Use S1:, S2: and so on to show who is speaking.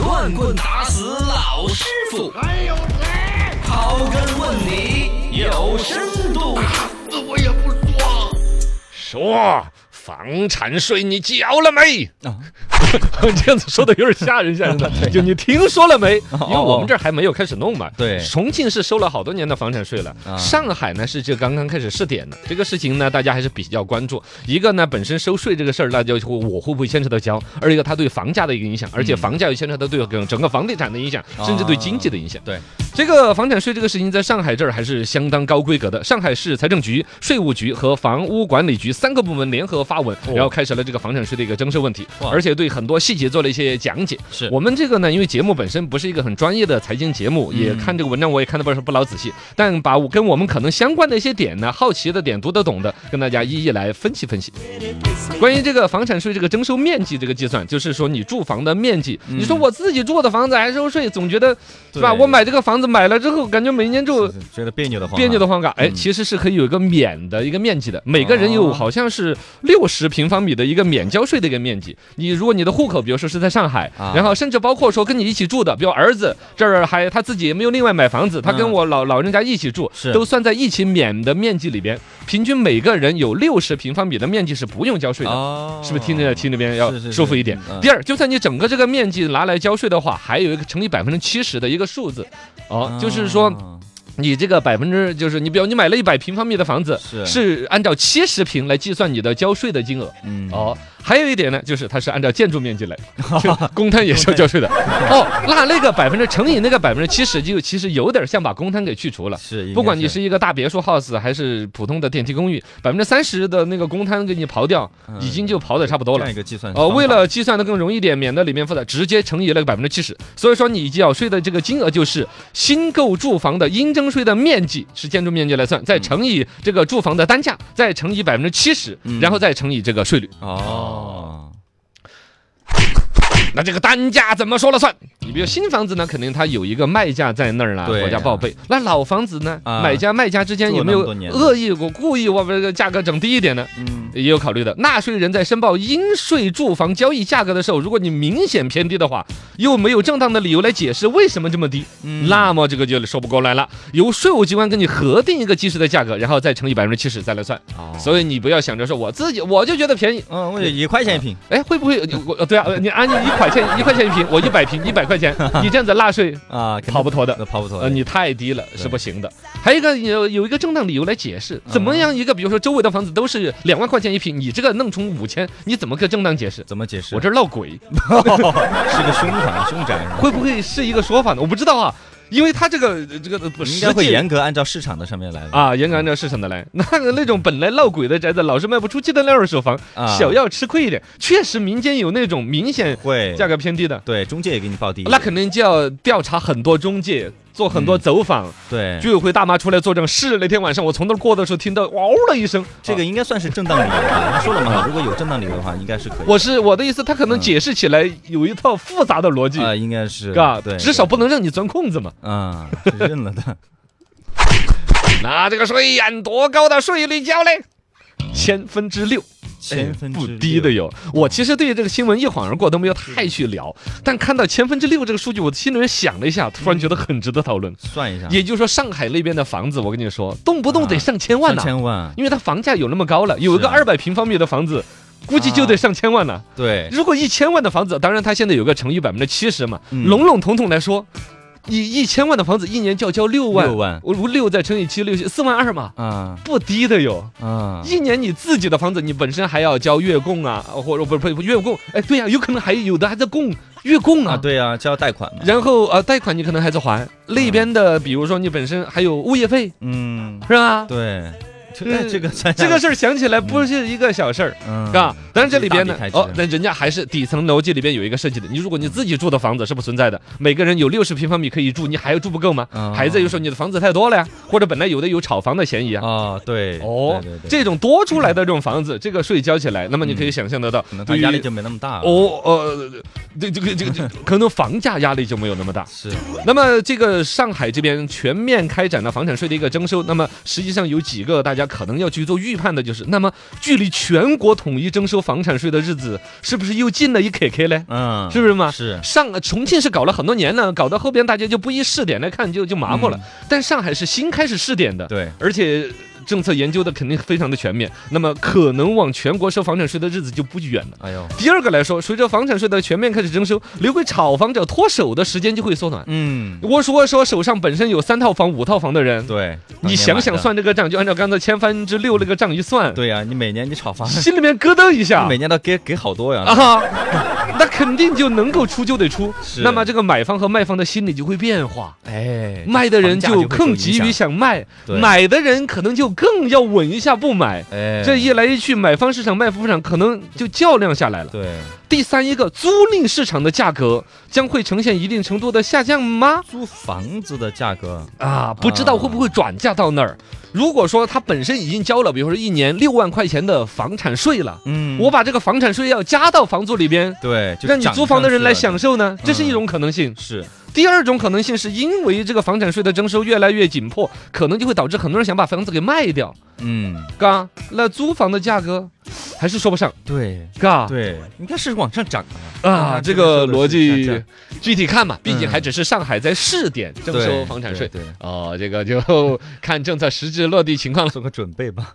S1: 乱棍打死老师傅，
S2: 还有谁？
S1: 刨根问底有深度。
S2: 那我也不说。
S3: 说房产税你交了没？
S4: 啊，
S3: 这样子说的有点吓人，吓人 的。就你听说了没？因为我们这儿还没有开始弄嘛。
S4: 哦对
S3: 重庆是收了好多年的房产税了，
S4: 啊
S3: 上海呢是就刚刚开始试点的。这个事情呢，大家还是比较关注。一个呢，本身收税这个事儿，那就我会不会牵扯到交；二一个，它对房价的一个影响，
S4: 嗯
S3: 而且房价又牵扯到对整个房地产的影响，甚至对经济的影响。
S4: 对，
S3: 这个房产税这个事情，在上海这儿还是相当高规格的。上海市财政局、税务局和房屋管理局三个部门联合发文，然后开始了这个房产税的一个征收问题，
S4: 哦哇
S3: 而且对很多细节做了一些讲解。
S4: 是
S3: 我们这个呢，因为节目本身不是一个很专业的财经节目，也
S4: 嗯
S3: 看这个文章我也看的不是不老仔细，但把我跟我们可能相关的一些点呢，好奇的点、读得懂的，跟大家一一来分析分析。
S4: 嗯
S3: 关于这个房产税这个征收面积这个计算，就是说你住房的面积，你
S4: 嗯
S3: 说我自己住的房子还收税，总觉得是吧？
S4: 对
S3: 我买这个房子买了之后，感觉每年就是
S4: 觉得别扭的慌啊，
S3: 别扭的慌嘎，哎，
S4: 嗯
S3: 其实是可以有一个免的一个面积的，每个人有
S4: 哦
S3: 好像是六十平方米的一个免交税的一个面积。你如果你的户口，比如说是在上海，
S4: 啊
S3: 然后甚至包括说跟你一起住的，比如儿子这儿还他自己也没有另外买房子，他跟
S4: 嗯
S3: 我老老人家一起住
S4: 是，
S3: 都算在一起免的面积里边，平均每个人有六十平方米的面积是不用交税的。
S4: 哦，
S3: 是不是听着听着边要
S4: 是是
S3: 舒服一点
S4: 是嗯？
S3: 第二，就算你整个这个面积拿来交税的话，还有一个乘以百分之七十的一个数字，哦，就是说
S4: 啊
S3: 你这个百分之就是你，比如你买了一百平方米的房子，
S4: 是
S3: 按照七十平来计算你的交税的金额。
S4: 嗯
S3: 哦，还有一点呢，就是它是按照建筑面 积来，就公摊也是要交税的。 哦，那那个百分之乘以那个百分之七十，就其实有点像把公摊给去除了。
S4: 是，应该
S3: 不管你是一个大别墅 house 还是普通的电梯公寓，百分之三十的那个公摊给你刨掉，
S4: 嗯
S3: 已经就刨的差不多
S4: 这
S3: 了
S4: 样一。个计算方
S3: 呃，
S4: 法，
S3: 为了计算的更容易一点，免得里面复杂，直接乘以那个百分之七十。所以说你缴税的这个金额就是新购住房的应征税的面积是建筑面积来算，再乘以这个住房的单价，再乘以百分之七十
S4: 嗯，
S3: 然后再乘以这个税率。
S4: 哦，
S3: 那这个单价怎么说了算？你比如新房子呢，肯定它有一个卖价在那儿啦，
S4: 对
S3: 国家报备。那老房子呢，
S4: 啊
S3: 买家卖家之间有没有
S4: 住了那么多年
S3: 恶意我故意我把这个价格整低一点呢？
S4: 嗯，
S3: 也有考虑的。纳税人在申报应税住房交易价格的时候，如果你明显偏低的话，又没有正当的理由来解释为什么这么低，那么这个就说不过来了。由税务机关跟你核定一个基数的价格，然后再乘以百分之七十再来算。
S4: 哦
S3: 所以你不要想着说我自己我就觉得便宜，
S4: 嗯，我就一块钱一瓶，
S3: 哎，会不 会我呃对啊，呃你按一块钱一块钱一瓶，我一百瓶一百块 钱，你这样子纳税
S4: 啊，
S3: 跑不脱的。
S4: 那跑不脱
S3: 呃，
S4: 的，
S3: 你太低了是不行的。还有一个有有一个正当理由来解释，怎
S4: 嗯
S3: 么样一个比如说周围的房子都是两万块钱一平，你这个弄成五千，你怎么个正当解释？
S4: 怎么解释？
S3: 我这儿闹鬼，
S4: 是个凶房凶宅是吧？
S3: 会不会是一个说法呢？我不知道啊，因为他这个呃这个不
S4: 应该会
S3: 实际
S4: 严格按照市场的上面来吧
S3: 啊，严格按照市场的来。 那个那种本来闹鬼的宅子，老是卖不出去的那二手房，
S4: 啊
S3: 小要吃亏一点。确实，民间有那种明显
S4: 会
S3: 价格偏低的，
S4: 对中介也给你报低，
S3: 那肯定就要调查很多中介，做很多
S4: 嗯
S3: 走访。
S4: 对
S3: 居委会大妈出来作证，是那天晚上我从那儿过的时候听到嗷了一声，
S4: 嗯这个
S3: 啊。
S4: 应该算是正当理由吧？他说了嘛，如果有正当理由的话，应该是可以。
S3: 我是我的意思，他可能解释起来有一套复杂的逻辑，
S4: 啊，应该是
S3: 嘎，
S4: 对，
S3: 至少不能让你钻空子嘛。
S4: 啊，是认 了的，
S3: 那这个税按多高的税率交嘞？千分之六，哎
S4: 千分
S3: 不
S4: 之
S3: 低的
S4: 六
S3: 有。我其实对这个新闻一晃而过，都没有太去聊。但看到千分之六这个数据，我心里面想了一下，突然觉得很值得讨论。
S4: 算一下，
S3: 也就是说，上海那边的房子，我跟你说，动不动得
S4: 嗯啊
S3: 上千万
S4: 上
S3: 呢、
S4: 千万，
S3: 因为它房价有那么高了，有一个
S4: 是啊
S3: 二百平方米的房子，估计就得上千万了。
S4: 对，
S3: 如果一千万的房子，当然它现在有个乘以百分之七十嘛，
S4: 嗯
S3: 笼笼统统来说，你一千万的房子一年就要交六万，
S4: 六万
S3: 我如六再乘以七，六四万二嘛，
S4: 啊
S3: 不低的哟。
S4: 啊，
S3: 一年你自己的房子，你本身还要交月供啊，或者不是不是月供，哎，对呀、有可能还有的还在供月供啊，
S4: 啊，对啊，交贷款嘛，
S3: 然后呃贷款你可能还在还，那边的比如说你本身还有物业费
S4: 嗯，
S3: 是吧？
S4: 对，
S3: 这
S4: 这这个算下
S3: 这
S4: 来
S3: 个事儿想起来不是一个小事儿，
S4: 嗯
S3: 啊，但是这里边呢
S4: 大笔开，支
S3: 哦，那人家还是底层逻辑里边有一个设计的。你如果你自己住的房子是不存在的，每个人有六十平方米可以住，你还住不够吗
S4: 哦？
S3: 还在又说你的房子太多了呀，或者本来有的有炒房的嫌疑啊。
S4: 哦，对，
S3: 哦
S4: 嗯对对，对
S3: 这种多出来的这种房子，这个税交起来，那么你可以想象得到
S4: 可能，他
S3: 对于
S4: 压力就没那么大了，
S3: 哦 呃，这这个这个这个可能房价压力就没有那么大。
S4: 是
S3: 那么这个上海这边全面开展了房产税的一个征收，那么实际上有几个大家可能要去做预判的就是，那么距离全国统一征收房产税的日子是不是又近了一 K K 嘞？
S4: 嗯，
S3: 是不是啊嘛？
S4: 是
S3: 上呃重庆是搞了很多年了，搞到后边大家就不依试点来看，就就麻木了。但上海是新开始试点的，
S4: 对，
S3: 而且政策研究的肯定非常的全面，那么可能往全国收房产税的日子就不远了。
S4: 哎呦，
S3: 第二个来说，随着房产税的全面开始征收，留给炒房者脱手的时间就会缩短。
S4: 嗯，
S3: 我说说手上本身有三套房、五套房的人，
S4: 对，
S3: 你想想，算这个账，就按照刚才千分之六那个账一算，
S4: 对呀、你每年你炒房，
S3: 心里面咯噔一下
S4: 每。年都给给好多呀，
S3: 啊哈，那肯定就能够出就得出，
S4: 是
S3: 那么这个买方和卖方的心理就会变化，
S4: 哎，
S3: 卖的人
S4: 房价就
S3: 就
S4: 会
S3: 更
S4: 受
S3: 急
S4: 影
S3: 于
S4: 响
S3: 想卖，
S4: 对
S3: 买的人可能就更要稳一下不买，
S4: 哎，
S3: 这一来一去，买方市场、卖方市场可能就较量下来了。
S4: 对
S3: 第三一个，租赁市场的价格将会呈现一定程度的下降吗？
S4: 租房子的价格，
S3: 啊，不知道会不会转嫁到那儿。如果说他本身已经交了，比如说一年六万块钱的房产税了，
S4: 嗯
S3: 我把这个房产税要加到房租里边。
S4: 对，就
S3: 让你
S4: 涨
S3: 租房的人来
S4: 上去了，嗯
S3: 享受呢，这是一种可能性。
S4: 是
S3: 第二种可能性是因为这个房产税的征收越来越紧迫，可能就会导致很多人想把房子给卖掉，
S4: 嗯，
S3: 嘎，那租房的价格还是说不上，
S4: 对
S3: 嘎，
S4: 对，你看是往上涨啊，
S3: 啊，这
S4: 这
S3: 个
S4: 个
S3: 逻
S4: 是这
S3: 辑
S4: 样
S3: 具体看嘛，毕竟
S4: 嗯
S3: 还只是上海在试点征收
S4: 对
S3: 房产税。
S4: 对，对
S3: 哦，这个就看政策实质落地情况了。
S4: 做个准备吧。